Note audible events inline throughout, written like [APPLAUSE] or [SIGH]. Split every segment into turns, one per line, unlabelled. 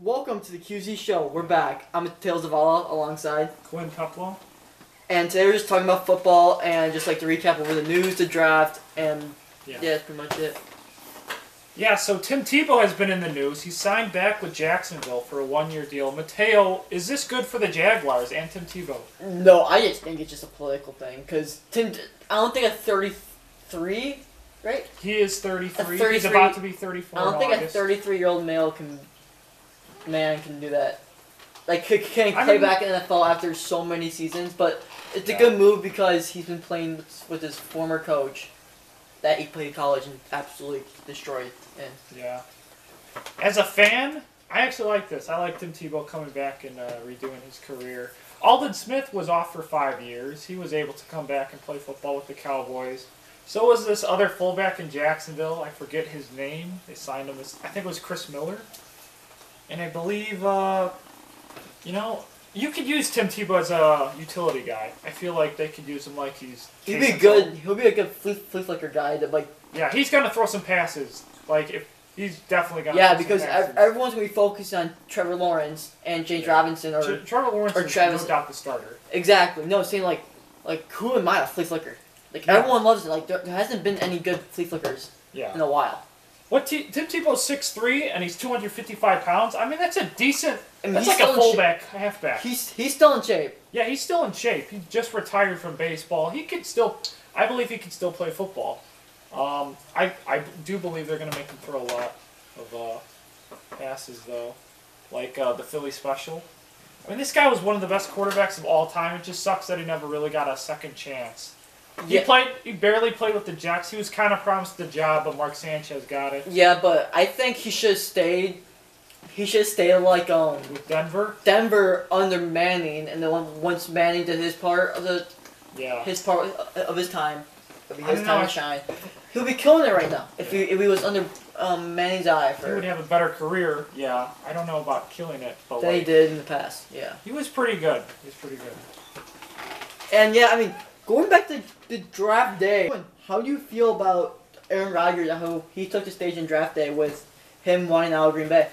Welcome to the QZ show. We're back. I'm Tails Zavala alongside,
Quinn Cupwell.
and today we're just talking about football and just like to recap over the news, the draft, and yeah,
Yeah.
that's pretty much it.
Yeah, so Tim Tebow has been in the news. He signed back with Jacksonville for a one year deal. Mateo, is this good for the Jaguars and Tim Tebow?
No, I just think it's just a political thing because Tim. I don't think at 33, right?
He is 33.
A 33
He's about to be 34.
I don't
in
think a
August.
33 year old male can man can do that. Like c- can
I
play
mean-
back in the NFL after so many seasons, but it's a
Yeah.
good move because he's been playing with, with his former coach that he played college and absolutely destroyed. And
Yeah. As a fan, I actually like this. I like Tim Tebow coming back and uh, redoing his career. Alden Smith was off for five years. He was able to come back and play football with the Cowboys. So was this other fullback in Jacksonville. I forget his name. They signed him. As, I think it was Chris Miller. And I believe, uh, you know, you could use Tim Tebow as a utility guy. I feel like they could use him like he's.
he'd
Case
be
in
good. He'll be a good flea, flea flicker guy. That like
Yeah, he's gonna throw some passes. Like if he's definitely gonna.
yeah,
throw some
because ev-
passes.
everyone's gonna be focused on Trevor Lawrence and James
Yeah.
Robinson or
Tra- Trevor Lawrence
or
is
Travis-
no doubt the starter.
exactly no saying like like who am I a flea flicker? Like
Yeah.
everyone loves it. Like there, there hasn't been any good flea flickers in
Yeah.
a while.
What T- Tim Tebow's six three and he's two hundred fifty five pounds. I mean that's a decent.
I mean,
that's
he's
like a
still in shape.
fullback, halfback.
He's he's still in shape.
yeah, he's still in shape. He just retired from baseball. He could still, I believe he could still play football. Um, I I do believe they're gonna make him throw a lot of uh, passes though, like uh, the Philly special. I mean this guy was one of the best quarterbacks of all time. It just sucks that he never really got a second chance. He
Yeah,
played. He barely played with the Jacks. He was kind of promised the job, but Mark Sanchez got it
yeah, but I think he should have stayed. He should have stayed like um
with Denver.
Denver under Manning, and then on- once Manning did his part of the
Yeah,
his part of his time, it'll be
I
his
don't
time
know.
to shine. He'll be killing it right now if he if he was under um, Manning's eye
he would
for
have a better career. Yeah, I don't know about killing it, but
than he
like,
did in the past. Yeah,
he was pretty good. He was pretty good.
and yeah, I mean going back to the draft day, how do you feel about Aaron Rodgers and how he took the stage in draft day with him wanting out of Green Bay?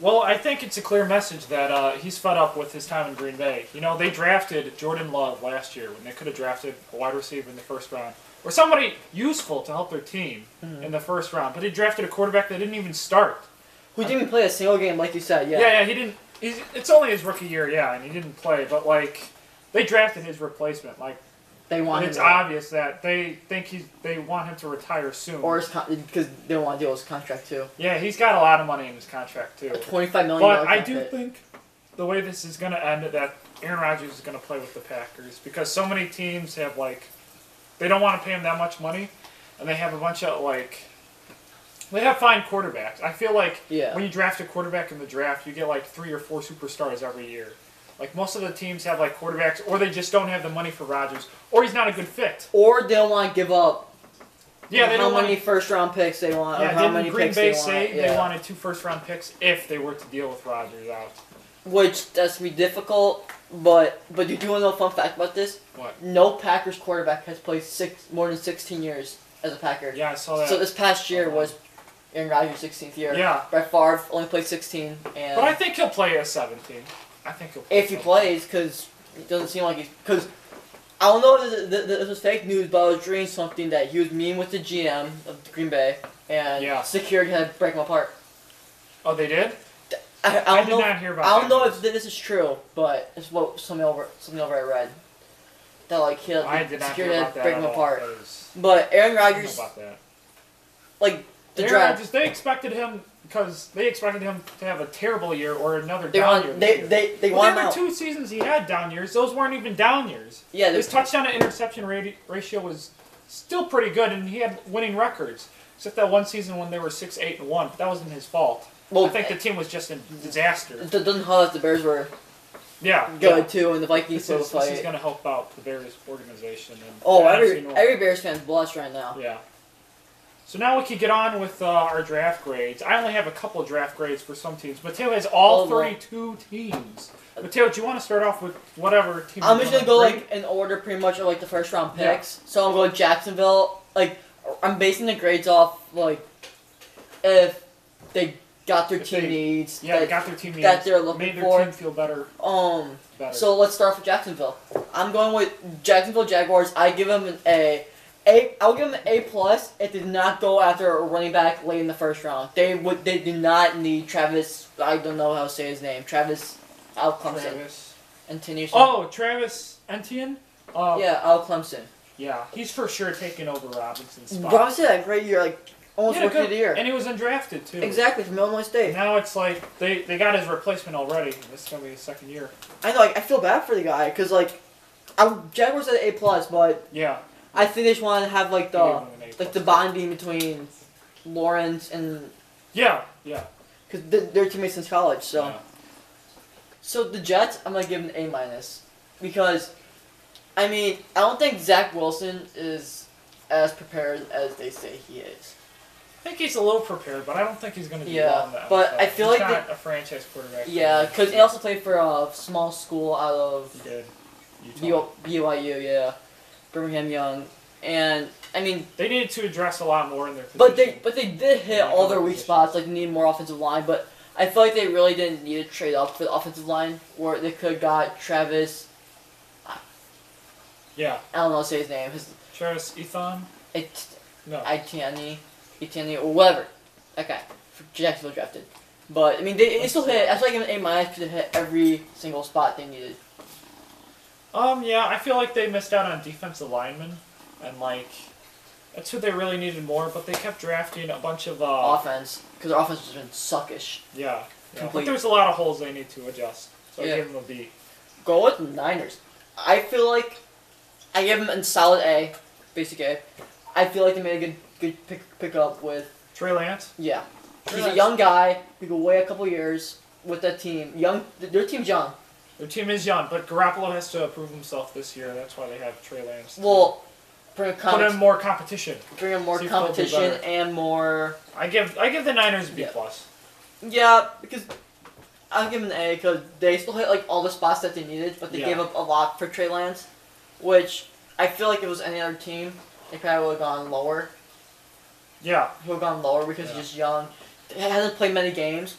Well, I think it's a clear message that uh, he's fed up with his time in Green Bay. You know, they drafted Jordan Love last year when they could have drafted a wide receiver in the first round or somebody useful to help their team
Hmm.
in the first round, but they drafted a quarterback that didn't even start.
Who didn't even play a single game, like you said?
Yeah, yeah, he didn't. He's, it's only his rookie year, yeah, and he didn't play. But like, they drafted his replacement. Like,
They want
it's
him out.
obvious that they think he's they want him to retire soon.
Or his con- because they don't want to deal with his contract too.
yeah, he's got a lot of money in his contract too.
A twenty-five million.
But
dollar
I do
contract.
think the way this is going to end, that Aaron Rodgers is going to play with the Packers because so many teams have like they don't want to pay him that much money, and they have a bunch of like they have fine quarterbacks. I feel like
Yeah.
when you draft a quarterback in the draft, you get like three or four superstars every year. Like most of the teams have like quarterbacks, or they just don't have the money for Rodgers, or he's not a good fit.
Or they don't want to give up.
Yeah, they
how
don't want.
many first-round picks they want, or
yeah,
how
didn't
many
Green
picks
Bay
they want.
say
yeah.
they wanted two first round picks if they were to deal with Rodgers out?
Which that's gonna be difficult, but but you do want to know a fun fact about this?
What?
No Packers quarterback has played six more than sixteen years as a Packer.
Yeah, I saw that.
So this past year was Aaron Rodgers' sixteenth year.
Yeah.
Brett Favre only played sixteen, and
But I think he'll play a 17. I think he'll. Play
if he
17.
plays, because it doesn't seem like he's. Because I don't know if th- th- this was fake news, but I was reading something that he was meeting with the GM of Green Bay, and
Yeah.
security had to break him apart.
Oh, they did.
I, I
I,
don't
did
know.
not hear about.
I don't
that
know
news.
if th- this is true, but it's what something over something over I read that like he
I did not hear
security had
about
to
that.
break
at
him
all.
apart.
That is-
But Aaron
I don't know
Rodgers,
about that.
like the
Aaron
draft,
Rodgers, they expected him because they expected him to have a terrible year or another
they
down year.
want
this
they
year.
they they
Well,
want
the
him
other
out.
two seasons he had down years. Those weren't even down years.
Yeah,
His
there's
touchdown to interception rati- ratio was still pretty good, and he had winning records. Except that one season when they were six, eight, and one, but that wasn't his fault.
well, eh,
I think the team was just a disaster.
it doesn't help that the Bears were
Yeah,
good
yeah.
too, and the Vikings
This
still
is,
fight.
this is going to help out the Bears organization. And
Oh,
the
every
NFC North.
every Bears fan's blush right now.
Yeah. So now we can get on with uh, our draft grades. I only have a couple draft grades for some teams. Mateo has all
Oh, well.
32 teams. Mateo, do you want to start off with whatever team?
I'm
you
just
wanna
gonna go like
grade?
in order, pretty much, of like the first round
Yeah.
picks. So I'm going Jacksonville. Like I'm basing the grades off like if they got their
If
team
they-
needs.
Yeah, they
that-
got their team
that
needs,
they're looking
made their
for.
team feel better.
um.
better.
So let's start with Jacksonville. I'm going with Jacksonville Jaguars. I give them an A. A. I'll give them an A plus. It did not go after a running back late in the first round. They would. They did not need Travis. I don't know how to say his name. Travis. Al Clemson
Travis.
and Tennessee.
Oh, Travis Entian. Uh, yeah.
Yeah, Al Clemson.
he's for sure taking over Robinson's spot.
Robinson had a great year, like almost
He had a
rookie of
good-
the year.
and he was undrafted too.
Exactly from Illinois State.
Now it's like they, they got his replacement already. This is gonna be his second year.
I know. Like, I feel bad for the guy because like, I Jaguars at A plus, but
Yeah.
I think they just want to have like
he gave
the
him an A
like the
plus.
bonding between Lawrence and
Yeah, yeah.
because they're, they're teammates since college. So
yeah.
so the Jets, I'm gonna give them an A minus because, I mean, I don't think Zach Wilson is as prepared as they say he is.
I think he's a little prepared, but I don't think he's gonna do
Yeah,
well in that.
but
stuff.
I feel
he's
like
not a franchise quarterback.
Yeah, because he also played for a small school out of
he did. Utah.
BYU, BYU, yeah, Birmingham Young, and I mean,
They needed to address a lot more in their position.
but they but they did hit
Yeah,
all their
good
weak
position.
spots. Like they need more offensive line, but I feel like they really didn't need to trade up for the offensive line, where they could have got Travis.
yeah,
I don't know how to say his name. His
Travis Ethon.
it,
No,
Itani, Itani, or whatever. That guy for Jacksonville drafted. But I mean, they it still hit. I feel like an A minus because they hit every single spot they needed.
Um, yeah, I feel like they missed out on defensive linemen, and like that's what they really needed more. But they kept drafting a bunch of uh,
Offense, because their offense has been suckish.
yeah, yeah. But
Complete.
there's a lot of holes they need to adjust. So I
Yeah.
give them a B.
Go with the Niners. I feel like I give them a solid A, basic A. I feel like they made a good good pick pick up with
Trey Lance.
yeah. He's a
Nice.
young guy. He could wait a couple years with that team. Young, th- their team, John.
Their team is young, but Garoppolo has to prove himself this year. That's why they have Trey Lance. to
Well, bring a
put in
com-
more competition.
bring in more
see if they'll do
competition
better.
and more.
I give I give the Niners a B
Yeah.
plus.
Yeah, because I'll give them an A because they still hit like all the spots that they needed, but they
Yeah.
gave up a lot for Trey Lance, which I feel like if it was any other team, they probably would have gone lower.
Yeah,
who have gone lower because
Yeah.
he's just young. He hasn't played many games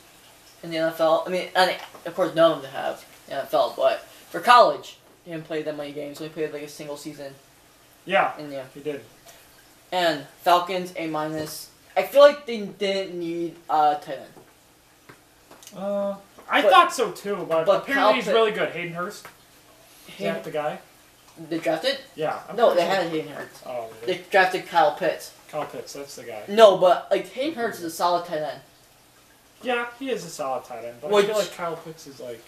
in the NFL. I mean, and of course, none of them have in the NFL, but for college, he didn't play that many games. He only played like a single season
yeah,
in the
he did.
and Falcons A minus. I feel like they didn't need a tight end.
Uh, I
But-
thought so too,
but
but,
Kyle
apparently he's
Pitt-
really good. Hayden Hurst, is
Hayden-
that the guy?
They drafted?
Yeah. I'm
No,
pretty
they
sure-
had Hayden Hurts.
Oh,
They drafted Kyle Pitts.
Kyle Pitts, that's the guy.
No, but like Hayden Hurts is a solid tight end.
Yeah, he is a solid tight end, but I
Which-
feel like Kyle Pitts is like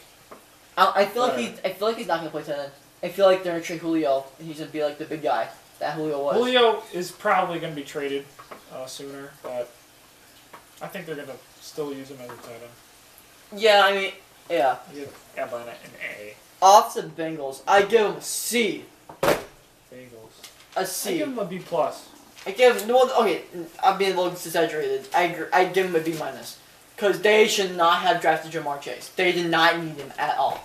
I, I feel like
Right.
he's I feel like he's not gonna play tight end. I feel like they're gonna trade Julio. and He's gonna be like the big guy that Julio was.
Julio is probably going to be traded uh, sooner, but I think they're going to still use him as a tight end.
Yeah, I mean, yeah.
I give Atlanta an A.
off the Bengals, I give them a C.
Bengals.
A
I
C.
give him a B plus.
I give them, well, okay, I'm being a little exaggerated. I, gr- I give them a B minus. Because they should not have drafted Jamar Chase. They did not need him at all.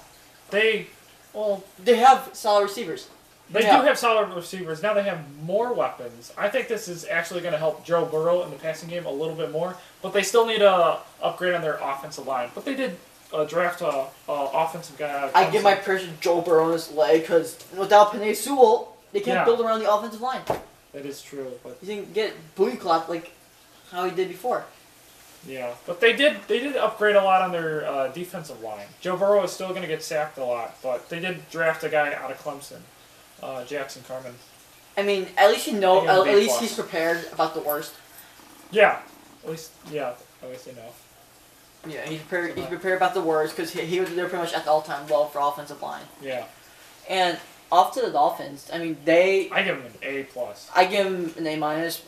They well,
They have solid receivers.
they
Yeah.
do have solid receivers now. They have more weapons. I think this is actually going to help Joe Burrow in the passing game a little bit more, but they still need a upgrade on their offensive line. But they did uh, draft a, a offensive guy. Out of
I give my
Clemson.
praise to Joe Burrow on his leg because without Panay Sewell, they can't
Yeah.
build around the offensive line.
that is true, but
You can get booty clock like how he did before.
Yeah, but they did they did upgrade a lot on their uh, defensive line. Joe Burrow is still going to get sacked a lot, but they did draft a guy out of Clemson, uh, Jackson Carmen.
I mean, at least you know,
I give him
at,
a
at
B
least
plus.
he's prepared about the worst.
Yeah, at least yeah, at least they know.
Yeah, he's prepared. He's prepared about the worst because he, he was they're pretty much at the all-time low for offensive line.
Yeah,
And off to the Dolphins. I mean, they.
I give him an A plus.
I give them an A minus.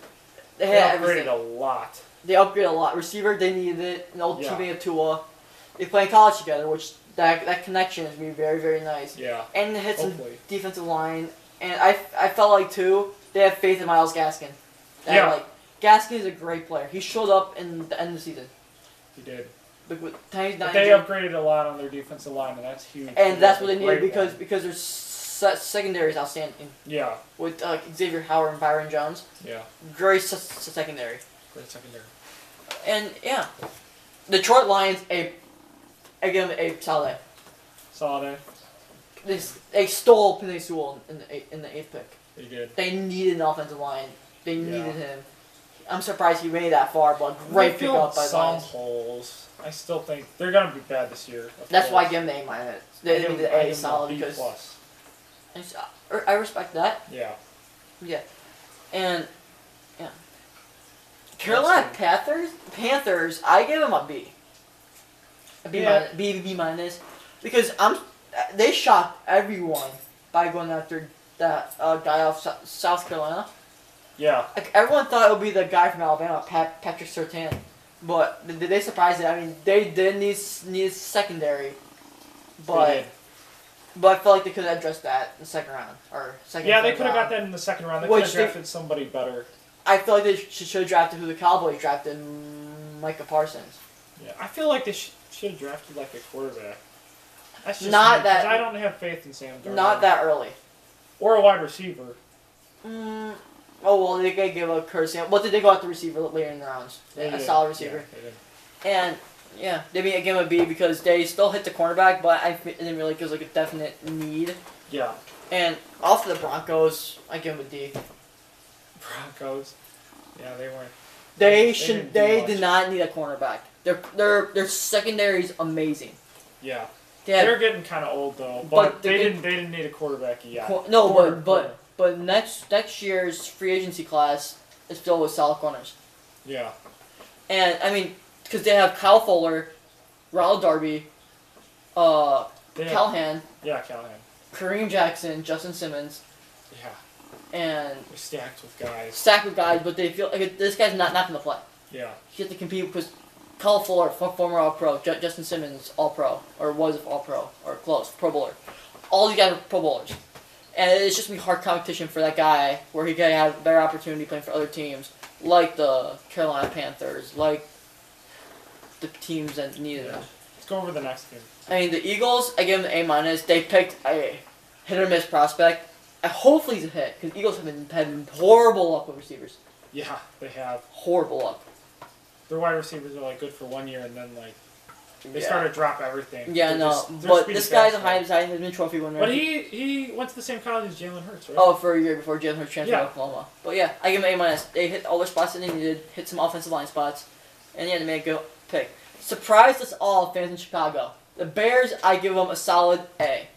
They
They
had
upgraded
everything.
a lot.
They upgrade a lot. Receiver, they needed it. An old
Yeah.
teammate of Tua. They play in college together, which that that connection is gonna be very very nice.
Yeah,
And they hit some
Hopefully.
defensive line. And I I felt like too they have faith in Miles Gaskin. That,
Yeah.
Like Gaskin is a great player. He showed up in the end of the season.
he did.
Like, with Tiny
But
Nine
they
injury.
upgraded a lot on their defensive line, and that's huge.
and that's what
a
they needed
great
because
one.
because their se- secondary is outstanding
yeah,
with uh, Xavier Howard and Byron Jones.
yeah,
Very s- s- secondary.
great secondary.
And yeah, Detroit Lions a I give them a solid.
Solid
A. They, s- they stole Penny Sewell in the eight, in the eighth pick.
A. He did.
They needed an offensive line. They
Yeah.
needed him. I'm surprised he made it that far, but great pick
They
up by
filled
the
some
Lions.
holes. I still think they're gonna be bad this year. of
That's why I
course.
give them A minus.
I
They
give
give
them-
the
I
A
give them
solid
B
because
plus.
it's- I- I respect that.
Yeah.
Yeah, and yeah. Carolina
That's
Panthers. Panthers. I give them a B. A B
Yeah.
minus. B B minus, because I'm. They shocked everyone by going after that uh, guy off Sou- South Carolina.
Yeah.
Like everyone thought it would be the guy from Alabama, Pat, Patrick Sertan, but th- they surprised it. I mean, they did need s- need secondary,
they
but
did.
but I felt like they could have addressed that in the second round or second.
yeah, they
third
could have
round.
got that in the second round. They
Which
could have
they-
drafted somebody better.
I feel like they should, should have drafted who the Cowboys drafted, mm, Micah Parsons.
Yeah. I feel like they sh- should have drafted like a quarterback. That's just
Not
me, 'cause
that-
I don't have faith in Sam Darnold.
Not that early.
Or a wide receiver.
Mm, oh well, they could give up Curtis Samuel. What did they go out the receiver later in the rounds?
They
a
did.
solid receiver.
Yeah, they did.
And yeah, they may give him a B because they still hit the cornerback, but I f- didn't really give like a definite need.
yeah.
And off the Broncos, I give them a D.
Broncos. Yeah, they weren't.
They
They
should.
didn't do
They
much.
did not need a cornerback. Their their their secondary is amazing.
Yeah.
They had
They're getting kind of old though, but,
But the
they
big-
didn't. They didn't need a quarterback yet.
Cor- no,
Corner-
but but
corner.
but next next year's free agency class is filled with solid corners,
yeah,
and I mean because they have Kyle Fuller, Ronald Darby, uh,
they had-
Callahan,
yeah, Callahan.
Kareem Jackson, Justin Simmons,
Yeah,
and
they're stacked with guys.
stack of guys. But they feel like this guy's not not gonna play.
Yeah,
He has to compete because Kyle Fuller, fo- former All Pro, Ju- Justin Simmons, All Pro, or was All Pro, or close, Pro Bowler. All these guys are Pro Bowlers. And it's just gonna be hard competition for that guy where he could have better opportunity playing for other teams, like the Carolina Panthers, like the teams that needed him.
let's go over the next game.
I mean, the Eagles, I give them an A minus. They picked a hit or miss prospect. I hopefully he's a hit because Eagles have been having horrible luck with receivers.
Yeah, they have
Horrible luck.
their wide receivers are like good for one year, and then like they
Yeah.
started drop everything.
Yeah,
They're
no,
just- their
but
speed
this
is
guy's a
faster.
high side has been trophy winner.
But he he went to the same college as Jalen Hurts, right?
oh, for a year before Jalen Hurts transferred
Yeah.
to Oklahoma. But yeah, I give him A minus. They hit all their spots that they needed, hit some offensive line spots, and yeah, they made a good pick. Surprised us all, fans in Chicago. The Bears, I give them a solid A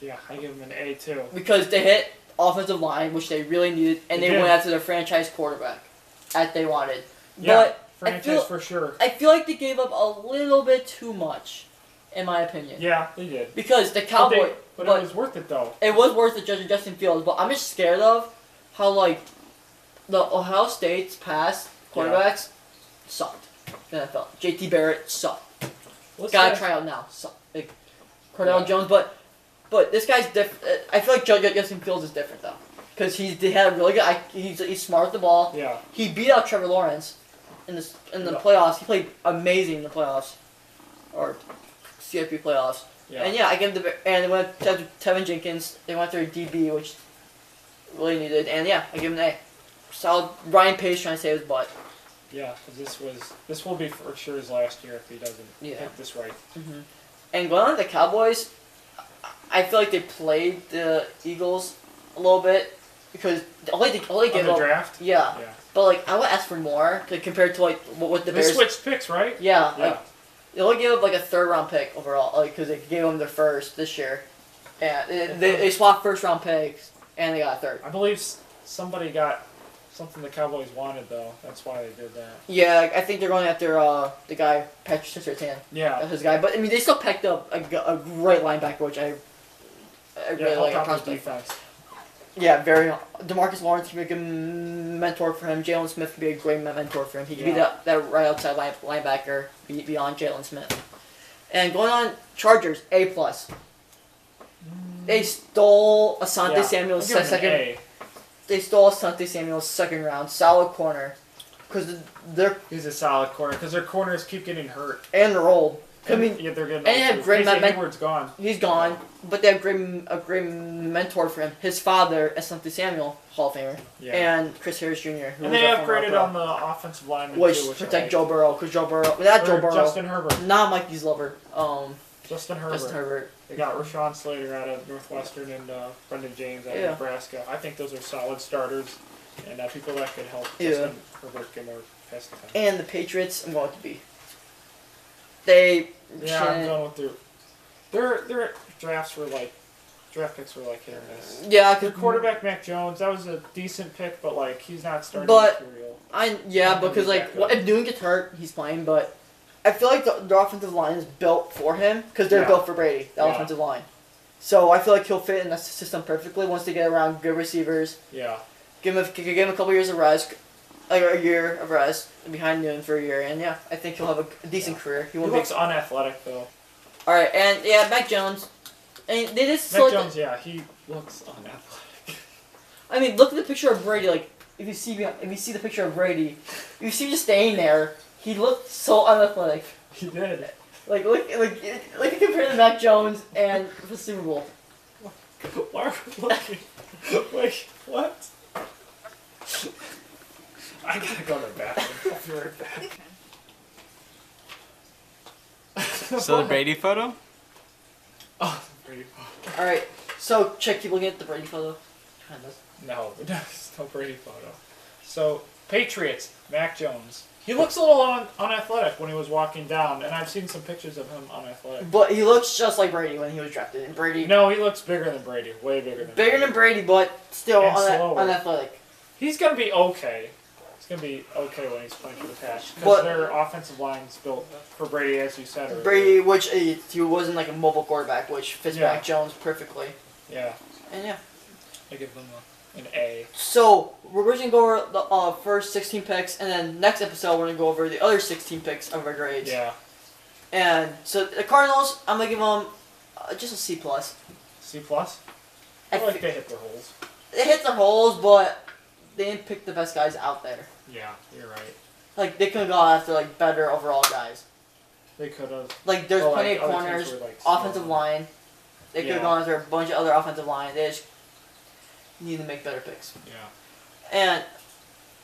Yeah, I give him an A too.
because they hit offensive line, which they really needed, and
They
they
did.
went after their franchise quarterback that they wanted.
Yeah,
But
franchise
feel-
for sure.
I feel like they gave up a little bit too much, in my opinion.
Yeah, they did.
Because the
But they-
Cowboy,
but,
but-
it was worth it though.
it was worth it judging Justin Fields, but I'm just scared of how like the Ohio State's past quarterbacks sucked. in the NFL. JT Barrett sucked.
Let's
Gotta
ask-
try out now. Sucked. Like Cordell
Yeah.
Jones, but but this guy's different. I feel like Judge Justin Fields is different though, because he's he had a really good. I, he's he's smart with the ball.
Yeah,
He beat out Trevor Lawrence in the in the
Yeah.
playoffs. He played amazing in the playoffs, or CFP playoffs.
yeah.
And yeah, I give the and they went to Tevin Jenkins. They went through DB, which really needed. And yeah, I give him an A. Solid. Ryan Page trying to save his butt.
Yeah, 'cause this was this will be for sure his last year if he doesn't
Yeah.
pick this right.
And going on to the Cowboys, I I feel like they played the Eagles a little bit because all they all they
On
gave
the
up.
draft.
Yeah,
Yeah.
but like I would ask for more like, compared to like what, what the
They
Bears.
switched picks, right?
Yeah,
Yeah.
like they only gave up like a third round pick overall, like because they gave them their first this year. Yeah, they, they, they swapped first round picks and they got a third.
I believe s- somebody got something the Cowboys wanted though. That's why they did that.
Yeah, I think they're going after uh, the guy Patrick Sertan.
Yeah.
That's his guy. But I mean, they still packed up a, g- a great linebacker, which I, I
Yeah,
really like.
helped
a
out the
prospect.
defense.
Yeah, very. Demarcus Lawrence can be a good mentor for him. Jalen Smith could be a great men- mentor for him. He could be
Yeah.
that, that right outside line, linebacker be- beyond Jalen Smith. And going on Chargers A plus. They stole Asante
Yeah.
Samuel's
I'll give them an
second
A,
they stole Asante Samuel's second round solid corner, because they're
He's a solid corner because their corners keep getting hurt.
and rolled. I mean,
yeah, they're
and
getting
they
old,
have
too.
great
Casey
men-
Hayward's gone.
He's gone, but they have great, a great mentor for him. His father, Asante Samuel, Hall of Famer,
Yeah.
and Chris Harris Jr. Who
And
was
they um,
a former
upgraded
All-Pro,
on the offensive line,
which
too, I
protect
like.
Joe Burrow because Joe Burrow, not Joe
Or
Burrow,
Justin Herbert.
not Mikey's lover, um,
Justin Herbert.
Justin Herbert.
They got Rashawn Slater out of Northwestern and uh, Brendan James out
Yeah.
of Nebraska. I think those are solid starters and uh, people that could help
Yeah.
Justin Herbert get more past the time.
and the Patriots. I'm going to be. They
Yeah, I'm
shouldn't-
going with their their their drafts were like draft picks were like hit or miss.
yeah,
Their
cause
quarterback Mac Jones, that was a decent pick, but like he's not starting
But-
material.
I yeah,
Not gonna
because
be
like
back
what,
up.
if Dune gets hurt, he's playing. But I feel like the, the offensive line is built for him because they're
Yeah.
built for Brady, the
Yeah.
offensive line. So I feel like he'll fit in the s- system perfectly once they get around good receivers.
Yeah,
Give him a, give him a couple years of rest, like a year of rest behind Dune for a year, and yeah, I think he'll have a, decent
Yeah.
career. He
he
won't be
looks unathletic though.
all right, and yeah, Mac Jones. And they just
Mac
select-
Jones, yeah, he looks unathletic. [LAUGHS]
I mean, look at the picture of Brady. Like, if you see if you see the picture of Brady, if you see him just staying there. He looked so unathletic.
he did.
Like, look, like, look at compared to Mac Jones and the Super Bowl.
[LAUGHS] Why are we looking? Wait, what? I gotta go to the bathroom. I'll be right back.
So the Brady photo?
[LAUGHS] Oh, the Brady.
All right, so check. Keep looking at the Brady photo. Kind of.
No, it's no Brady photo. So Patriots, Mac Jones. He looks a little un- unathletic when he was walking down, and I've seen some pictures of him unathletic.
But he looks just like Brady when he was drafted. And Brady,
No, he looks bigger than Brady. Way bigger than.
bigger
Brady.
than Brady, but still
And
una-
slower.
unathletic.
He's gonna be okay. He's gonna be okay when he's playing for the Pats
But-
because their offensive line's built for Brady, as you said. Earlier.
Brady, which uh, he wasn't like a mobile quarterback, which fits
Yeah.
Mac Jones perfectly.
Yeah,
And yeah.
I give them a, an A.
So we're just gonna go over the uh, first 16 picks, and then next episode we're gonna go over the other 16 picks of our grades.
Yeah,
And so the Cardinals, I'm gonna give them uh, just a C plus.
C plus.
I
I feel like
thi-
they hit their holes.
They hit their holes, but they didn't pick the best guys out there.
Yeah, you're right.
Like they could have gone after like better overall guys.
They could have. Oh,
Like there's plenty of corners, offensive line. They could have
Yeah.
gone after a bunch of other offensive line. They just need to make better picks.
Yeah.
And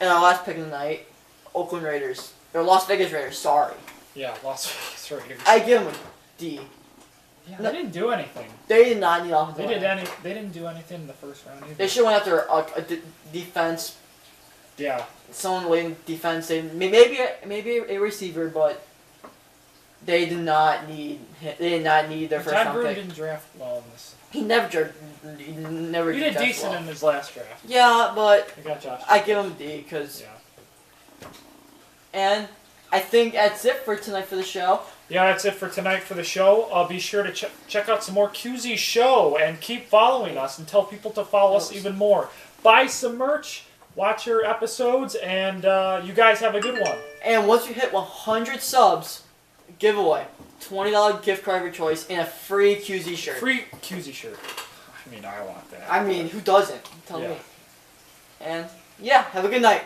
and our last pick of the night, Oakland Raiders or Las Vegas Raiders. Sorry.
Yeah, Las [LAUGHS] Vegas Raiders.
I give them a D.
yeah,
no-
they didn't do anything.
They did not need offensive
They
line.
did any. They didn't do anything in the first round either.
They should went after a, a d- defense,
Yeah,
someone leading defense. They may- maybe a- maybe a receiver, but they did not need hi- they did not need their first
John
round
Gruden
pick.
didn't draft well in this.
He never jer- he never
He did
drafted
decent
well.
in his last draft.
Yeah, but
They got Josh.
I give him D because
yeah.
and I think that's it for tonight for the show.
Yeah, that's it for tonight for the show. Uh, be sure to ch- check out some more QZ show and keep following us and tell people to follow us even more. Buy some merch, watch your episodes, and uh, you guys have a good one.
And once you hit 100 subs, giveaway twenty dollar gift card of your choice and a free QZ shirt.
Free QZ shirt. I mean, I want that.
I mean, who doesn't? Tell
Yeah.
me. And yeah, have a good night.